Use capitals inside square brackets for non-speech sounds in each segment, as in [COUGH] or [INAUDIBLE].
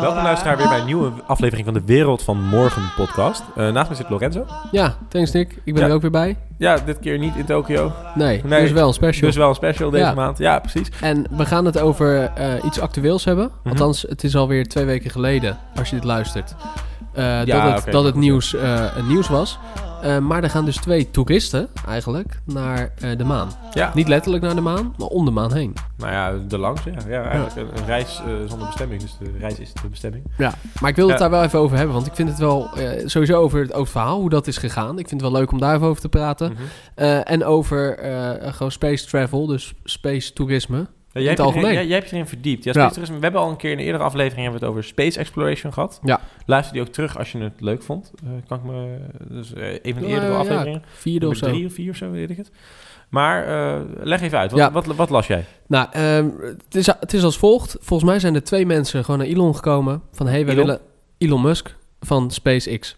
Welkom luisteraar weer bij een nieuwe aflevering van de Wereld van Morgen podcast. Eh, naast me zit Lorenzo. Ja, thanks Nick. Ik ben Ja. er ook weer bij. Ja, dit keer niet in Tokio. Nee, Nee, dus wel een special. Dus wel een special deze Ja. maand. Ja, precies. En we gaan het over eh, iets actueels hebben. Mhm. Althans, het is alweer twee weken geleden, als je dit luistert, Ja, eh, dat het, oké, dat dat het nieuws eh, het nieuws was. Eh, maar er gaan dus twee toeristen eigenlijk naar eh, de maan. Ja. Niet letterlijk naar de maan, maar om de maan heen. Nou ja, de langs. Ja, ja eigenlijk Een, een reis eh, zonder bestemming. Dus de reis is de bestemming. Ja, maar ik wil het Ja. daar wel even over hebben, want ik vind het wel eh, sowieso over het, over het verhaal, hoe dat is gegaan. Ik vind het wel leuk om daar even over te praten. Mhm. Eh, en over eh, gewoon space travel, dus space toerisme. Ja, jij, hebt het je erin, algemeen. jij, jij hebt je erin verdiept. Ja, Ja. space toerisme. We hebben al een keer in een eerdere aflevering hebben we het over space exploration gehad. Ja. Luister die ook terug als je het leuk vond. Eh, kan ik me... Dus eh, een van de Eh, eerdere ja, afleveringen. Vierde of Nummer zo. Drie of vier of zo, weet ik het. Maar eh, leg even uit. Wat, Ja. wat, wat las jij? Nou, ehm, het, is, het is als volgt. Volgens mij zijn er twee mensen gewoon naar Elon gekomen. Van, hé, hey, we Elon? willen... Elon Musk van SpaceX.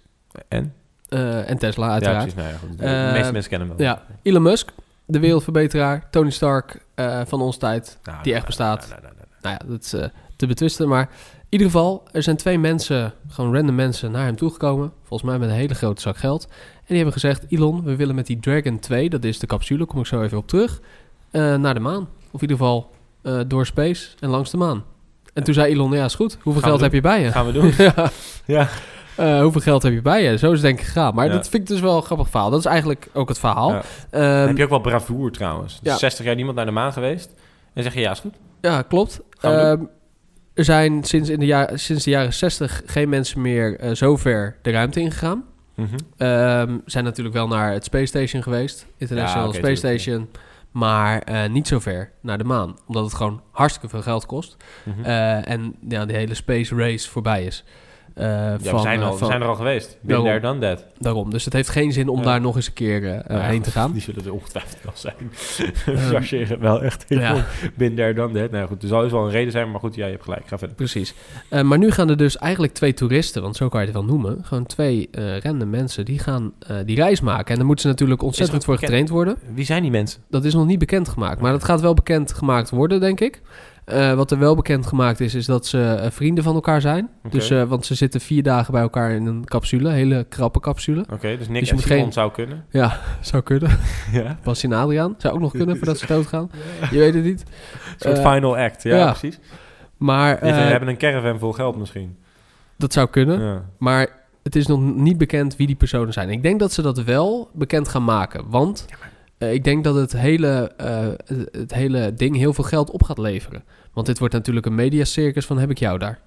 En? eh, en Tesla, Ja, uiteraard. precies. Nou ja, goed. De Eh, meeste mensen kennen hem wel. Ja, Elon Musk, de wereldverbeteraar. Tony Stark eh, van ons tijd. Nou, die nou, echt nou, bestaat. nou, nou, nou, nou. Nou ja, dat is eh, te betwisten. Maar in ieder geval, er zijn twee mensen, gewoon random mensen, naar hem toegekomen. Volgens mij met een hele grote zak geld. En die hebben gezegd, Elon, we willen met die Dragon 2, dat is de capsule, kom ik zo even op terug, eh, naar de maan. Of in ieder geval eh, door space en langs de maan. En toen zei Elon, ja is goed, hoeveel Gaan we geld heb je bij je? Gaan [LAUGHS] we doen. ja. Ja. Eh, hoeveel geld heb je bij je? Zo is het denk ik gegaan. Maar Ja. dat vind ik dus wel een grappig verhaal. Dat is eigenlijk ook het verhaal. Ja. Ehm, [LAUGHS] heb je ook wel bravoer trouwens. Dus ja. 60 jaar niemand naar de maan geweest. En zeg je, ja, is goed. Ja, klopt. Gaan we Ehm, er zijn sinds, in de ja- sinds de jaren 60 geen mensen meer eh, zo ver de ruimte ingegaan. Ehm zijn natuurlijk wel naar het Space Station geweest, International Ja, oké, Space tuurlijk, Station. Maar eh, niet zo ver naar de maan, omdat het gewoon hartstikke veel geld kost. Mhm. Eh, en ja, die hele space race voorbij is. Eh, ja, van, we, zijn eh, al, we van- zijn er al geweest. Been there, Daarom. done that. Daarom. Dus het heeft geen zin om Ja. daar nog eens een keer eh, Ja, heen te gaan. [LAUGHS] Eh, Die zullen er ongetwijfeld wel [LAUGHS] zijn. [LAUGHS] Chargeren wel echt heel ja. veel. Been there, done that. Nou ja, goed, er zal dus wel een reden zijn. Maar goed, ja, je hebt gelijk. Ga verder. Precies. Eh, maar nu gaan er dus eigenlijk twee toeristen, want zo kan je het wel noemen. Gewoon twee eh random mensen die gaan eh, die reis maken. En daar moeten ze natuurlijk ontzettend nog voor bekend? getraind worden. Wie zijn die mensen? Dat is nog niet bekendgemaakt, maar dat gaat wel bekendgemaakt worden, denk ik. Eh, wat er wel bekendgemaakt is, is dat ze eh, vrienden van elkaar zijn. Dus, eh, want ze zitten vier dagen bij elkaar in een capsule, een hele krappe capsule. Oké, dus Nick dus je en moet Simon geen- zou [LAUGHS] kunnen. Zou kunnen. [LAUGHS] Ja. Bas en Adriaan zou ook nog kunnen voordat [LAUGHS] ze doodgaan. Je weet het niet. Een soort Eh, final act. Ja, ja. precies. Maar Dit- we eh, hebben een caravan vol geld misschien. dat zou kunnen. Ja. Maar het is nog niet bekend wie die personen zijn. Ik denk dat ze dat wel bekend gaan maken. Want eh, ik denk dat het hele, eh, het- het hele ding heel veel geld op gaat leveren. Want dit wordt natuurlijk een mediacircus van heb ik jou daar.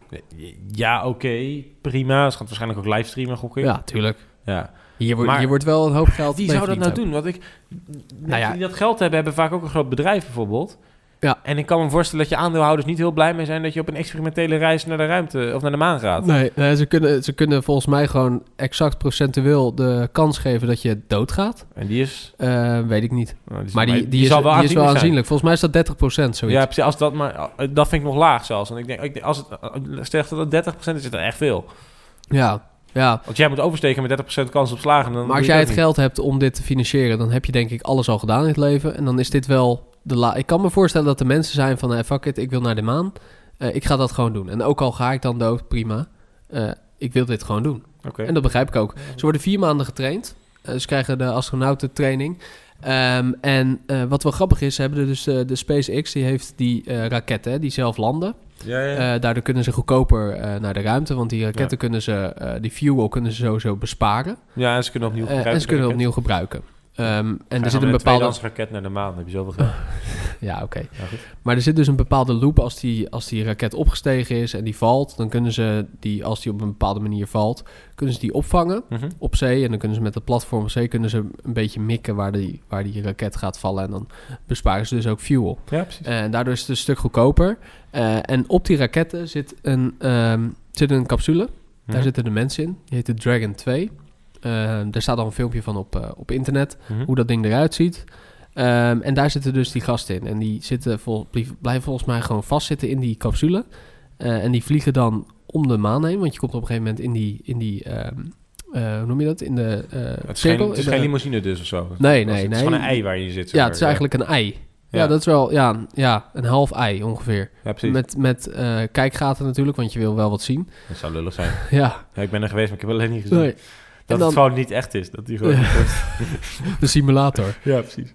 Ja, oké. Prima. Ze gaat waarschijnlijk ook livestreamen, gok ik. Ja, tuurlijk. ja. Hier, wordt Maar- hier wordt wel een hoop geld Wie mee zou dat nou verdiend doen? Want ik, mensen Nou ja. die dat geld hebben, hebben vaak ook een groot bedrijf bijvoorbeeld. Ja. En ik kan me voorstellen dat je aandeelhouders niet heel blij mee zijn dat je op een experimentele reis naar de ruimte of naar de maan gaat. hebben. Nee, nee, ze, kunnen, ze kunnen volgens mij gewoon exact procentueel de kans geven dat je doodgaat. En die is, Eh, weet ik niet. nou, is- Maar die, die, is, zal wel die is wel aanzienlijk zijn. aanzienlijk. Volgens mij is dat 30% zoiets. Ja, precies. Als dat, maar, eh, dat vind ik nog laag zelfs. Want ik denk, ik denk, als het, eh, stel dat het 30% is, is dat echt veel. ja. ja. Want jij moet oversteken met 30% kans op slagen. Dan Maar als doe jij je het dat geld hebt om dit te financieren, dan heb je denk ik alles al gedaan in het leven. En dan is dit wel de la. Ik kan me voorstellen dat er mensen zijn van, hey, fuck it, ik wil naar de maan. Eh, ik ga dat gewoon doen. En ook al ga ik dan dood, prima. Eh, ik wil dit gewoon doen. niet. Oké. En dat begrijp ik ook. Ze worden vier maanden getraind. Eh, ze krijgen de astronautentraining. Ehm, en eh, wat wel grappig is, ze hebben er dus eh, de SpaceX, die heeft die eh, raketten, hè, die zelf landen. Ja, ja. Eh, daardoor kunnen ze goedkoper eh, naar de ruimte, want die raketten kunnen ze, eh, die fuel kunnen ze sowieso besparen. ja, en ze kunnen opnieuw Eh, en ze kunnen het opnieuw gebruiken. Ehm, en er zit een Een bepaalde. raket naar de maan, heb je zoveel geld. [LAUGHS] Ja, oké. Ja, goed. Maar er zit dus een bepaalde loop als die, als die raket opgestegen is en die valt. Dan kunnen ze die, als die op een bepaalde manier valt, kunnen ze die opvangen Mhm. op zee. En dan kunnen ze met het platform op zee kunnen ze een beetje mikken waar die, waar die raket gaat vallen. En dan besparen ze dus ook fuel. Ja, precies. En daardoor is het een stuk goedkoper. Eh, en op die raketten zit een, ehm, zit een capsule. Daar Mhm. zitten de mensen in. Die heet de Dragon 2. Eh, daar staat al een filmpje van op, eh, op internet. Mhm. Hoe dat ding eruit ziet. Ehm, en daar zitten dus die gasten in. En die zitten vol, blief- blijven volgens mij gewoon vastzitten in die capsule. Eh, en die vliegen dan om de maan heen. Want je komt op een gegeven moment in die... In die ehm, eh, hoe noem je dat? In de eh, Het is, cirkel. geen, het is in geen de- limousine dus of zo. Nee, Het is- nee, Het is nee. gewoon een ei waar je in zit. zeg ja, maar. het is eigenlijk een ei. Ja, dat is wel ja, ja, een half ei ongeveer. Ja, precies. Met, met eh, kijkgaten natuurlijk, want je wil wel wat zien. [LAUGHS] Dat zou lullig zijn. Ja, Ja, ik ben er geweest, maar ik heb alleen niet gezien. nee, Dat dan- het gewoon niet echt is. Dat die gewoon... Ja. niet echt- de simulator. [LAUGHS] ja, precies.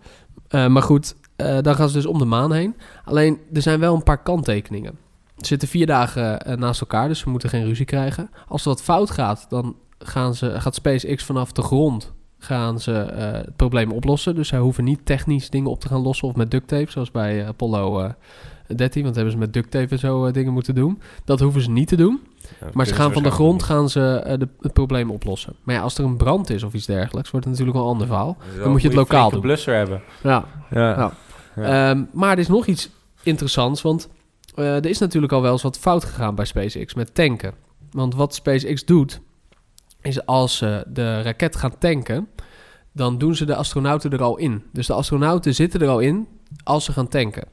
Eh, maar goed, eh, dan gaan ze dus om de maan heen. Alleen, er zijn wel een paar kanttekeningen. Ze zitten vier dagen eh, naast elkaar, dus we moeten geen ruzie krijgen. Als er wat fout gaat, dan gaan ze, gaat SpaceX vanaf de grond gaan ze, eh, het probleem oplossen. Dus zij hoeven niet technisch dingen op te gaan lossen of met duct tape, zoals bij eh, Apollo eh 13. Want hebben ze met duct tape en zo eh, dingen moeten doen. Dat hoeven ze niet te doen. Ja, dat Maar ze kunnen gaan van de waarschijnlijk grond niet. gaan ze, eh, de, het probleem oplossen. Maar ja, als er een brand is of iets dergelijks, wordt het natuurlijk wel een ander verhaal. Dus wel moet je het een lokaal flinke doen. blusser hebben. Ja, Ja. Nou, Ehm, maar er is nog iets interessants, want eh, er is natuurlijk al wel eens wat fout gegaan bij SpaceX met tanken. Want wat SpaceX doet, is als ze de raket gaan tanken, dan doen ze de astronauten er al in. Dus de astronauten zitten er al in als ze gaan tanken.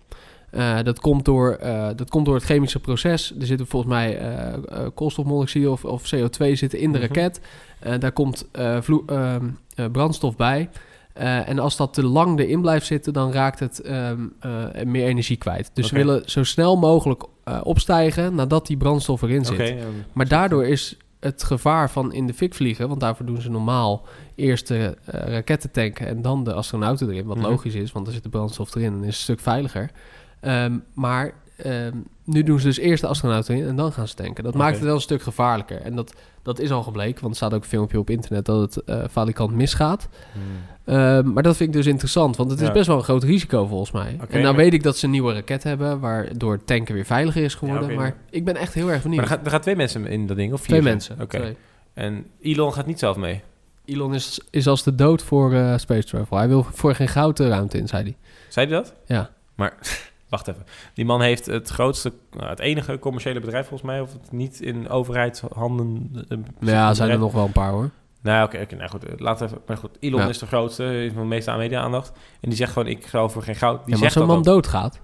Eh, dat, komt door, eh, dat komt door het chemische proces. Er zitten volgens mij eh, eh, koolstofmonoxide of, of CO2 zitten in de Mhm. raket. Eh, daar komt eh, vloe- ehm, eh, brandstof bij. Eh, en als dat te lang erin blijft zitten, dan raakt het ehm, eh, meer energie kwijt. Dus Oké. we willen zo snel mogelijk eh, opstijgen nadat die brandstof erin zit. Oké, ehm, Maar daardoor is het gevaar van in de fik vliegen, want daarvoor doen ze normaal eerst de eh, raketten tanken en dan de astronauten erin. Wat Mhm. logisch is, want er zit de brandstof erin en is het een stuk veiliger. Ehm, maar ehm, nu doen ze dus eerst de astronauten in en dan gaan ze tanken. Dat Oké. maakt het wel een stuk gevaarlijker. En dat, dat is al gebleken, want er staat ook een filmpje op internet dat het eh falikant misgaat. hmm. Ehm, maar dat vind ik dus interessant, want het is Ja. best wel een groot risico volgens mij. Oké, en nou maar- weet ik dat ze een nieuwe raket hebben, waardoor het tanken weer veiliger is geworden. oké, maar ik ben echt heel erg benieuwd. Maar er gaan, er gaan twee mensen in dat ding, of vier? Twee zijn? mensen. Oké. twee. En Elon gaat niet zelf mee. Elon is, is als de dood voor eh, space travel. Hij wil voor geen goud de ruimte in, zei hij. Zei hij dat? Ja. Maar, [LAUGHS] wacht even. Die man heeft het grootste, nou, het enige commerciële bedrijf volgens mij, of het niet in overheidshanden... eh, zit, Nou Ja, een zijn er bedrijf. nog wel een paar hoor. Nou, oké, oké, nou goed. eh, Laten we even, maar goed, Elon Ja. is de grootste, eh, heeft de meeste aan media-aandacht. En die zegt gewoon, ik ga voor geen goud. Die Ja, maar zegt als zo'n dat man ook. doodgaat,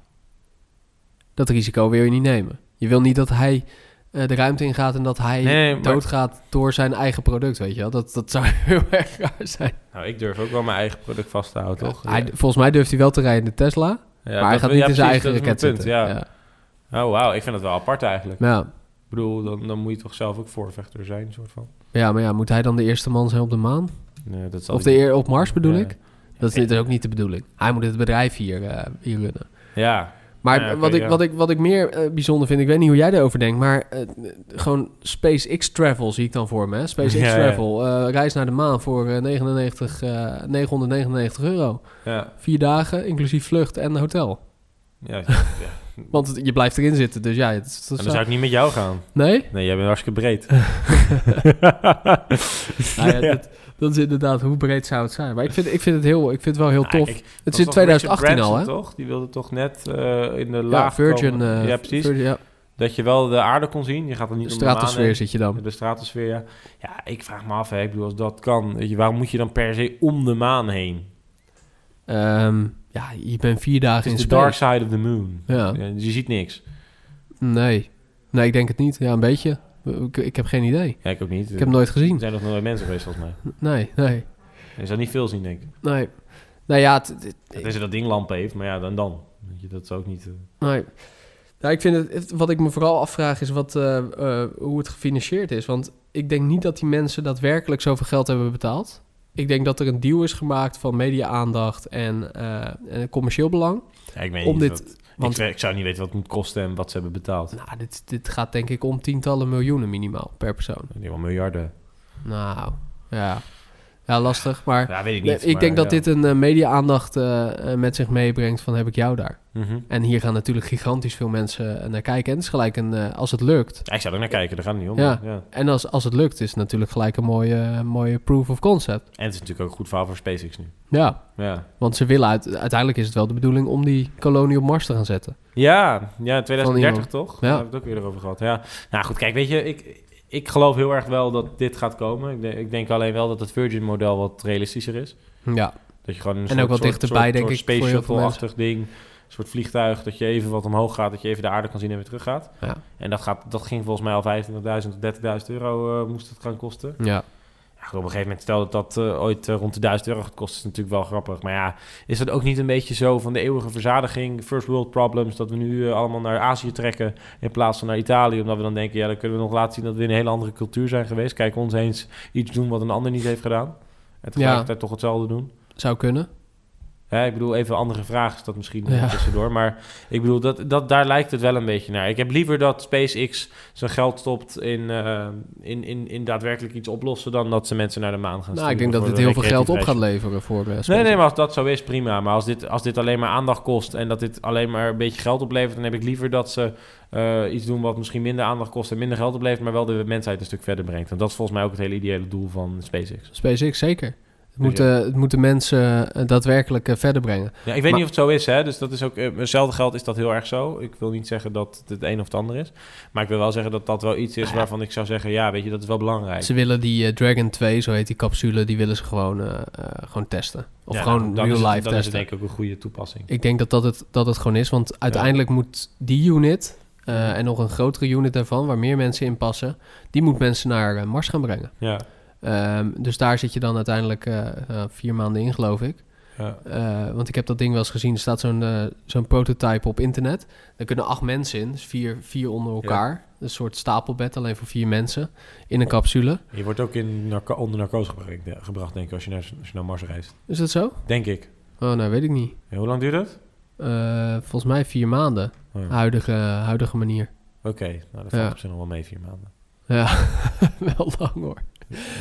dat risico wil je niet nemen. Je wil niet dat hij eh, de ruimte ingaat en dat hij Nee, maar- doodgaat door zijn eigen product, weet je wel. Dat, dat zou [LAUGHS] heel erg raar zijn. Nou, ik durf ook wel mijn eigen product vast te houden, toch? Hij, volgens mij durft hij wel te rijden in de Tesla, maar hij gaat niet in zijn eigen raket punt, zitten. Ja. ja. Oh, wauw, ik vind dat wel apart eigenlijk. Maar ja, Ik bedoel, dan, dan moet je toch zelf ook voorvechter zijn, soort van. maar ja, maar ja, moet hij dan de eerste man zijn op de maan? Nee, dat zal Of hij de niet- eer op Mars bedoel Ja. ik? Dat is dit ook niet de bedoeling. Hij moet het bedrijf hier, eh, hier runnen. Ja, Maar Ja, oké, wat, ik, ja. wat, ik, wat ik meer eh, bijzonder vind, ik weet niet hoe jij daarover denkt, maar eh, gewoon SpaceX Travel zie ik dan voor me. Hè? SpaceX [LAUGHS] Ja, ja. Travel, eh, reis naar de maan voor eh, 99, eh, 999 euro. ja, Vier dagen, inclusief vlucht en hotel. [LAUGHS] ja. ja. Want het- je blijft erin zitten, dus ja. Het, is- dat En dan zou- zou ik niet met jou gaan. Nee? Nee, jij bent hartstikke breed. Nou [LAUGHS] ja, dat, dat is inderdaad, hoe breed zou het zijn? Maar ik vind, ik vind, het, heel, ik vind het wel heel Nou, tof. ik- het was is in toch 2018 Richard al, hè? Branson, toch? Die wilde toch net eh, in de Ja, laag Virgin. komen. eh, ja, precies. Virgin, ja. Dat je wel de aarde kon zien. Je gaat dan niet om de maan Stratosfeer zit je heen. dan. De stratosfeer, ja. Ja, ik vraag me af, hè. Ik bedoel, als dat kan, weet je, waarom moet je dan per se om de maan heen? Ehm, ja, je bent vier Het dagen is in de dark space. side of the moon. Ja. Ja, Je ziet niks. Nee. Nee, ik denk het niet. Ja, een beetje. Ik, ik heb geen idee. Ja, ik ook niet. Ik heb hem nooit Er gezien. zijn nog nooit mensen geweest, volgens mij. Nee, nee, Er zou niet veel zien, denk ik. nee. Nou ja, het, het- Tenzij dat ding lampen heeft, maar ja, dan dan. Weet je, Dat is ook niet... eh, nee. Nou, ik vind het, het- wat ik me vooral afvraag is wat, eh, eh, hoe het gefinancierd is. Want ik denk niet dat die mensen daadwerkelijk zoveel geld hebben betaald. Ik denk dat er een deal is gemaakt van media-aandacht en, eh, en commercieel belang. Ja, ik weet Om niet dit- wat- want- ik, weet- ik zou niet weten wat het moet kosten en wat ze hebben betaald. Ik Nou, dit, dit gaat denk ik om tientallen miljoenen minimaal per persoon. denk wel miljarden. Nou, ja. Ja, lastig, maar... Ja, weet ik Nee, niet. ik maar denk dat ja. dit een eh, media-aandacht eh, eh, met zich meebrengt van heb ik jou daar. Mhm. En hier gaan natuurlijk gigantisch veel mensen eh, naar kijken. En het is gelijk een, eh, als het lukt. Ja, ik zou er naar kijken, daar gaat het niet om. Ja. maar Ja. En als, als het lukt is het natuurlijk gelijk een mooie, eh, mooie proof of concept. En het is natuurlijk ook een goed verhaal voor SpaceX nu. Ja, Ja, want ze willen uit, uiteindelijk is het wel de bedoeling om die kolonie op Mars te gaan zetten. ja, ja 2030 iemand. toch? Ja. Daar hebben we het ook eerder over gehad. Ja. Nou goed, kijk, weet je, ik, ik geloof heel erg wel dat dit gaat komen. Ik, de- ik denk alleen wel dat het Virgin-model wat realistischer is. Ja, Dat je gewoon een En soort, ook wat soort- dichterbij, soort- denk soort ik, voor heel space veel shuttle-achtig ding. Een soort vliegtuig, dat je even wat omhoog gaat, dat je even de aarde kan zien en weer terug gaat. Ja. En dat, gaat, dat ging volgens mij al 25.000 tot 30.000 euro eh, moest het gaan kosten. ja. Ja, goed, op een gegeven moment, stel dat dat eh, ooit eh, rond de 1000 euro gaat kosten, is natuurlijk wel grappig. Maar ja, is dat ook niet een beetje zo van de eeuwige verzadiging, first world problems, dat we nu eh, allemaal naar Azië trekken in plaats van naar Italië, omdat we dan denken, ja, dan kunnen we nog laten zien dat we in een hele andere cultuur zijn geweest. Kijk ons eens iets doen wat een ander niet heeft gedaan. En tegelijkertijd toch hetzelfde doen. Zou kunnen. Hè, ik bedoel, even een andere vraag is dat misschien Ja. eh, tussendoor. Maar ik bedoel, dat, dat, daar lijkt het wel een beetje naar. Ik heb liever dat SpaceX zijn geld stopt in, eh, in, in, in daadwerkelijk iets oplossen... dan dat ze mensen naar de maan gaan Nou, sturen ik denk dat voor dit de heel veel geld op recreatieve gaat leveren voor eh, reis. Nee, SpaceX. nee, maar als dat zo is, prima. Maar als dit, als dit alleen maar aandacht kost... en dat dit alleen maar een beetje geld oplevert... dan heb ik liever dat ze eh, iets doen wat misschien minder aandacht kost... en minder geld oplevert, maar wel de mensheid een stuk verder brengt. Want dat is volgens mij ook het hele ideële doel van SpaceX. SpaceX, zeker. Het Dus moet, eh, het moet de mensen eh, daadwerkelijk eh, verder brengen. Ja, ik weet Maar- niet of het zo is, hè? Dus dat is ook. eh, Hetzelfde geld is dat heel erg zo. Ik wil niet zeggen dat het het een of het ander is. Maar ik wil wel zeggen dat dat wel iets is waarvan ik zou zeggen: ja, weet je, dat is wel belangrijk. Ze willen die eh, Dragon 2, zo heet die capsule, die willen ze gewoon, eh, eh, gewoon testen. Of Ja, gewoon dan- dan is real het- life Dan is het testen. denk ik ook een goede toepassing. Ik denk dat dat het, dat het gewoon is, want uiteindelijk moet die unit eh, en nog een grotere unit daarvan, waar meer mensen in passen, die moet mensen naar eh, Mars gaan brengen. Ja, Ehm, dus daar zit je dan uiteindelijk eh, eh, vier maanden in, geloof ik. ja. Eh, want ik heb dat ding wel eens gezien. Er staat zo'n eh, zo'n prototype op internet. Daar kunnen acht mensen in. Dus vier, vier onder elkaar. Een soort stapelbed alleen voor vier mensen. In een capsule. Je wordt ook in narco- onder narcose gebracht, de- gebracht, denk ik, als je, naar, als je naar Mars reist. Is dat zo? Denk ik. Oh, nou weet ik niet. En hoe lang duurt het? Eh, volgens mij vier maanden. Oh ja. Huidige, huidige manier. Oké, nou, dat valt Ja. op zich nog wel mee, vier maanden. Ja, [LAUGHS] wel lang hoor.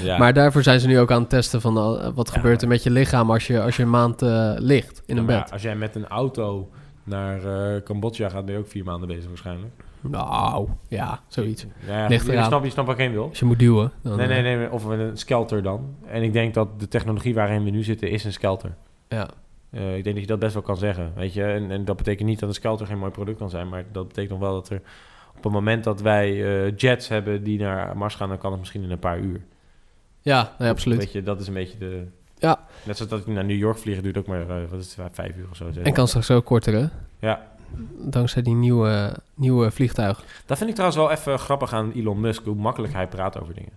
Ja. Maar daarvoor zijn ze nu ook aan het testen van eh, wat Ja, gebeurt er met je lichaam als je, als je een maand eh, ligt in Ja, een maar ja, bed. als jij met een auto naar eh, Cambodja gaat, ben je ook vier maanden bezig waarschijnlijk. Nou, ja, zoiets. Ja, ja, Ligt je, eraan. snapt, je snapt wat ik heen wil. Als je moet duwen. Dan, Nee, eh, nee, nee, maar of we een skelter dan. En ik denk dat de technologie waarin we nu zitten is een skelter. Ja. Eh, ik denk dat je dat best wel kan zeggen, weet je. En, en dat betekent niet dat een skelter geen mooi product kan zijn, maar dat betekent nog wel dat er op het moment dat wij eh, jets hebben die naar Mars gaan, dan kan het misschien in een paar uur. ja, nee, absoluut. Weet je, dat is een beetje de... Ja. Net zoals dat ik naar New York vliegen duurt ook maar, eh, wat is het, vijf uur of zo. En kan straks ook korter, hè? Ja. Dankzij die nieuwe, nieuwe vliegtuig. [LAUGHS] Dat vind ik trouwens wel even grappig aan Elon Musk, hoe makkelijk hij praat over dingen.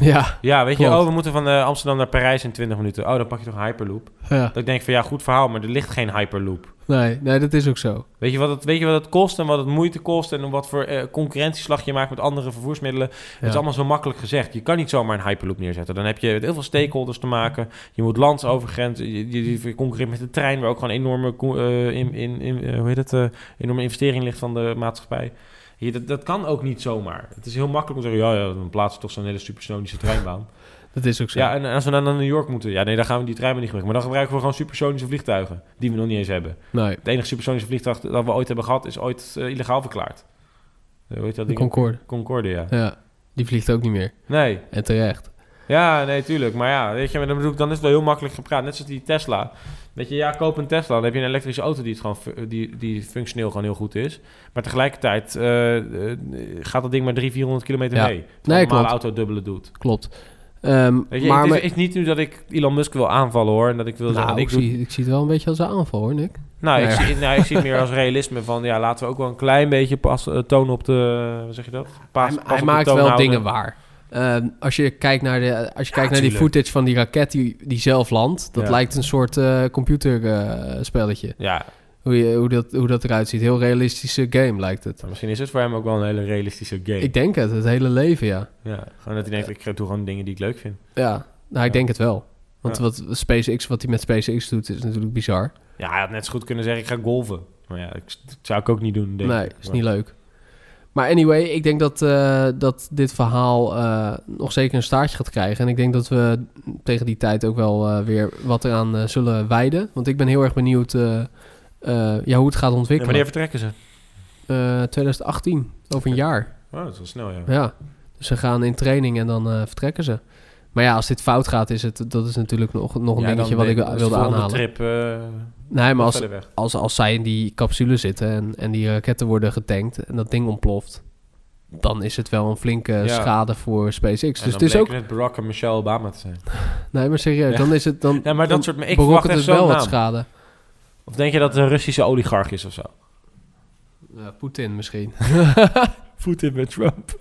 Ja. Ja, weet je, Klopt. oh, we moeten van eh, Amsterdam naar Parijs in 20 minuten. Oh, dan pak je toch een Hyperloop? ja. Dat ik denk van, ja, goed verhaal, maar er ligt geen Hyperloop. Nee, nee, dat is ook zo. Weet je, wat het, weet je wat het kost en wat het moeite kost en wat voor eh, concurrentieslag je maakt met andere vervoersmiddelen? Het Ja. is allemaal zo makkelijk gezegd. Je kan niet zomaar een hyperloop neerzetten. Dan heb je met heel veel stakeholders te maken. Je moet lands overgrenzen. Je, je, je concurreert met de trein, waar ook gewoon enorme, co- eh, in, in, in, eh, hoe heet het, eh, enorme investering ligt van de maatschappij. Je, dat, dat kan ook niet zomaar. Het is heel makkelijk om te zeggen, ja, ja dan plaatsen we toch zo'n hele supersonische treinbaan. Dat is ook [LAUGHS] zo. ja, en als we dan naar New York moeten, ja, nee, dan gaan we die treinbaan niet gebruiken. Maar dan gebruiken we gewoon supersonische vliegtuigen, die we nog niet eens hebben. nee, Het enige supersonische vliegtuig dat we ooit hebben gehad is ooit eh, illegaal verklaard. Eh, Weet je dat de ding? Concorde. Concorde, ja. Ja, die vliegt ook niet meer. Nee, En terecht. ja, nee, tuurlijk. Maar ja, weet je, maar dan, bedoel ik, dan is het wel heel makkelijk gepraat. Net zoals die Tesla. Weet je, ja, koop een Tesla. Dan heb je een elektrische auto die, het gewoon, fu- die, die functioneel gewoon heel goed is. Maar tegelijkertijd eh, eh, gaat dat ding maar 300, 400 kilometer Ja. mee. Terwijl een normale klopt. auto dubbele doet. Klopt. Ehm, Weet je, maar het is, maar- is niet nu dat ik Elon Musk wil aanvallen hoor. En dat ik wil zeggen, nou, ik ik, doe zie, ik zie het wel een beetje als een aanval, hoor, Nick. Nou, Nee. ik, zie, nou, ik zie het meer als realisme van... ja, laten we ook wel een klein beetje pas, eh, toon op de... hoe zeg je dat? Pas, pas hij hij op de maakt toon wel houden. dingen waar. Ehm, als je kijkt naar, de, als je Ja, kijkt naar die tuurlijk. footage van die raket die, die zelf landt, dat Ja. lijkt een soort eh, computerspelletje. Ja, hoe, je- hoe, dat, hoe dat eruit ziet. Heel realistische game lijkt het. maar misschien is het voor hem ook wel een hele realistische game. Ik denk het, het hele leven, ja. ja, gewoon dat hij denkt, ik doe gewoon dingen die ik leuk vind. Ja, nou, ik Ja. denk het wel. Want Ja. wat SpaceX, wat hij met SpaceX doet, is natuurlijk bizar. Ja, hij had net zo goed kunnen zeggen, ik ga golven. Maar ja, ik, dat zou ik ook niet doen, denk nee, ik. is niet leuk. Maar anyway, ik denk dat, eh, dat dit verhaal eh, nog zeker een staartje gaat krijgen. En ik denk dat we tegen die tijd ook wel eh, weer wat eraan eh, zullen wijden. Want ik ben heel erg benieuwd eh, eh, ja, hoe het gaat Maar ontwikkelen. wanneer vertrekken ze? Eh, 2018, over een jaar. Oh, dat is wel snel, ja. Ja, dus ze gaan in training en dan eh, vertrekken ze. Maar ja, als dit fout gaat, is het, dat is natuurlijk nog, nog een Ja, dingetje dan wat ik ben- is de wilde volgende aanhalen. trip eh, Nee, maar als, dus verder weg. als, als zij in die capsule zitten en, en die raketten worden getankt en dat ding ontploft, dan is het wel een flinke schade voor SpaceX. En Dus dan het is ook. bleken het Barack en Michelle Obama te zijn. Nee, maar serieus, Ja. dan is het. Dan, Ja, maar dat dan soort... Ik berokkent verwacht echt het zo'n wel wat naam. schade. Of denk je dat het een Russische oligarch is of zo? Ja, Poetin misschien. [LAUGHS] [LAUGHS] Poetin met Trump.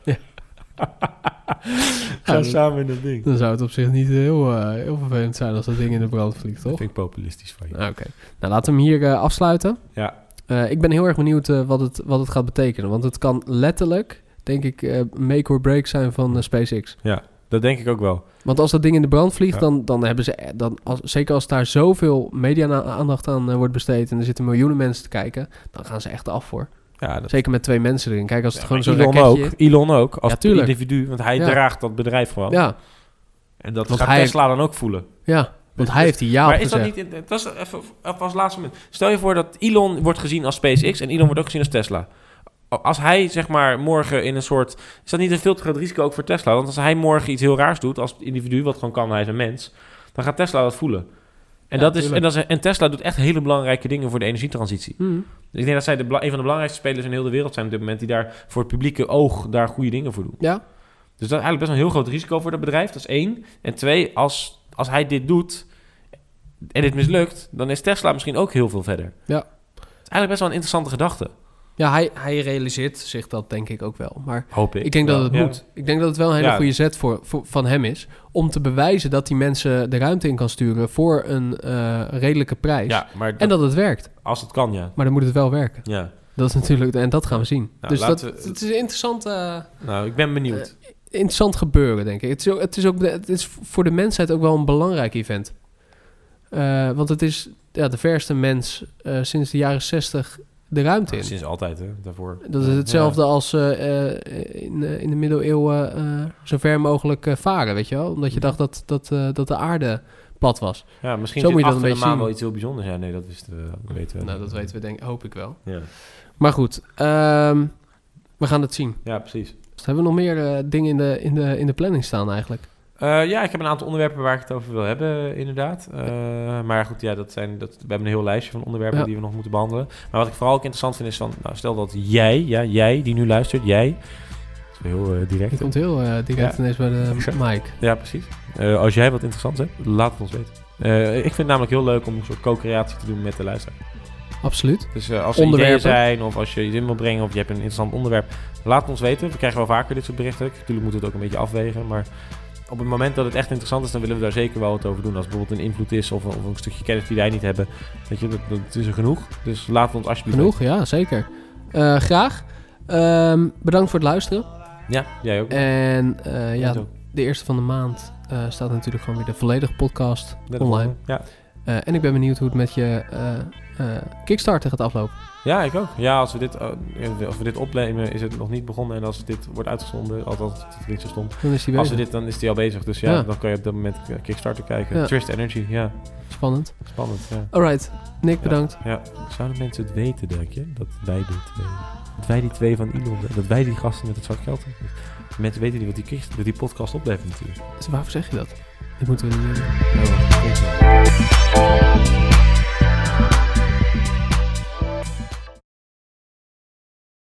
Ga dat- samen in dat ding. Dan zou het op zich niet heel, eh, heel vervelend zijn als dat ding in de brand vliegt, Dat toch? vind ik populistisch van je. Ah, Oké. Nou, laten we hem hier eh, afsluiten. Ja. Eh, ik ben heel erg benieuwd eh, wat, het, wat het gaat betekenen. Want het kan letterlijk, denk ik, eh, make or break zijn van eh, SpaceX. Dat denk ik ook wel. Want als dat ding in de brand vliegt, Ja. dan, dan hebben ze... eh, Dan, als, zeker als daar zoveel media-aandacht aan eh, wordt besteed... en er zitten miljoenen mensen te kijken... dan gaan ze echt af voor. Ja, dat Zeker met twee mensen erin. Kijk, als het Ja, gewoon maar zo'n Elon raketje ook. Elon ook, als Ja, tuurlijk. individu. Want hij Ja. draagt dat bedrijf gewoon. is. Ja, En dat Want gaat hij- Tesla dan ook voelen. ja. Want Dus- hij heeft die ja op maar is dat gezegd. niet... in- Het was even even als laatste moment. Stel je voor dat Elon wordt gezien als SpaceX... en Elon wordt ook gezien als Tesla. Als hij, zeg maar, morgen in een soort... Is dat niet een veel te groot risico ook voor Tesla? Want als hij morgen iets heel raars doet als individu... wat gewoon kan, hij is een mens... dan gaat Tesla dat voelen. En, Ja, dat is, tuurlijk. en, dat is, en Tesla doet echt hele belangrijke dingen voor de energietransitie. Hmm. Dus ik denk dat zij de, bela- een van de belangrijkste spelers in heel de wereld zijn op dit moment... die daar voor het publieke oog daar goede dingen voor doen. Ja, Dus dat is eigenlijk best wel een heel groot risico voor dat bedrijf. Dat is één. En twee, als, als hij dit doet en dit mislukt, dan is Tesla misschien ook heel veel verder. Ja. Het is eigenlijk best wel een interessante gedachte, ja hij, hij realiseert zich dat denk ik ook wel. Maar hoop ik. Ik denk dat het Ja. moet. Ik denk dat het wel een hele Ja. goede zet voor, voor- van hem is. Om te bewijzen dat die mensen de ruimte in kan sturen voor een eh, redelijke prijs. Ja, maar dat- En dat het werkt. als het kan, ja. Maar dan moet het wel werken. ja. Dat is natuurlijk, en dat gaan we zien. Nou, dus dat, laten we- het is een interessant, eh, Nou, ik ben benieuwd. interessant gebeuren, denk ik. Het is, ook, het, is ook, de- het is voor de mensheid ook wel een belangrijk event. Eh, want het is ja, de verste mens eh, sinds de jaren zestig de ruimte Nou, in. sinds altijd, hè, daarvoor. Eh, Dat is Ja. hetzelfde als eh, eh, in, eh, in de middeleeuwen eh, zo ver mogelijk eh, varen, weet je wel? Omdat je dacht dat, dat, eh, dat de aarde plat was. Ja, misschien Zo zit moet je achter dat een de beetje maan zien. wel iets heel bijzonders. Ja, nee, dat wisten we, dat weten we. Nou, dat weten we denk hoop ik wel. Ja, Maar goed, ehm, we gaan het zien. ja precies. Hebben we nog meer eh, dingen in de, in, de, in de planning staan eigenlijk? Eh, ja, ik heb een aantal onderwerpen waar ik het over wil hebben, inderdaad. Eh, maar goed, ja, dat zijn, dat, we hebben een heel lijstje van onderwerpen Ja. die we nog moeten behandelen. Maar wat ik vooral ook interessant vind is van, nou, stel dat jij, ja, jij die nu luistert, jij. Dat is wel heel eh, direct. Die komt heel eh, direct Ja. ineens [LAUGHS] bij de Exact. mic. Ja, precies. Eh, als jij wat interessants hebt, laat het ons weten. Eh, ik vind het namelijk heel leuk om een soort co-creatie te doen met de luisteraar. Absoluut. Dus eh, als er Onderwerpen. ideeën zijn, of als je iets in wil brengen, of je hebt een interessant onderwerp, laat het ons weten. We krijgen wel vaker dit soort berichten. Natuurlijk moeten we het ook een beetje afwegen, maar op het moment dat het echt interessant is, dan willen we daar zeker wel wat over doen. Als het bijvoorbeeld een invloed is, of, of een stukje kennis die wij niet hebben, weet je, dat, dat is er genoeg. Dus laat het ons alsjeblieft Genoeg, ja, zeker. Eh, graag. Ehm, bedankt voor het luisteren. weten. Ja, jij ook. En eh, ja, Zo. de eerste van de maand eh, staat natuurlijk gewoon weer de volledige podcast Net als online. andere. Ja. Eh, en ik ben benieuwd hoe het met je eh, eh, Kickstarter gaat aflopen. ja, ik ook. Ja, als we dit, eh, als we dit opnemen, is het nog niet begonnen. En als dit wordt uitgezonden, althans, het is niet zo stond. Dan is die Als we bezig. dit, dan is die al bezig. Dus ja, Ja. dan kan je op dat moment eh, Kickstarter kijken. Ja. Trist Energy, ja. Spannend. Spannend, ja. Alright, Nick, bedankt. Ja, zouden mensen het weten, denk je? Dat wij die twee, dat wij die twee van Elon, eh, dat wij die gasten met het zak geld hebben. Mensen weten niet wat die, kick- wat die podcast oplevert natuurlijk. Dus waarvoor zeg je dat? Dit moeten we niet doen. Ja, wel.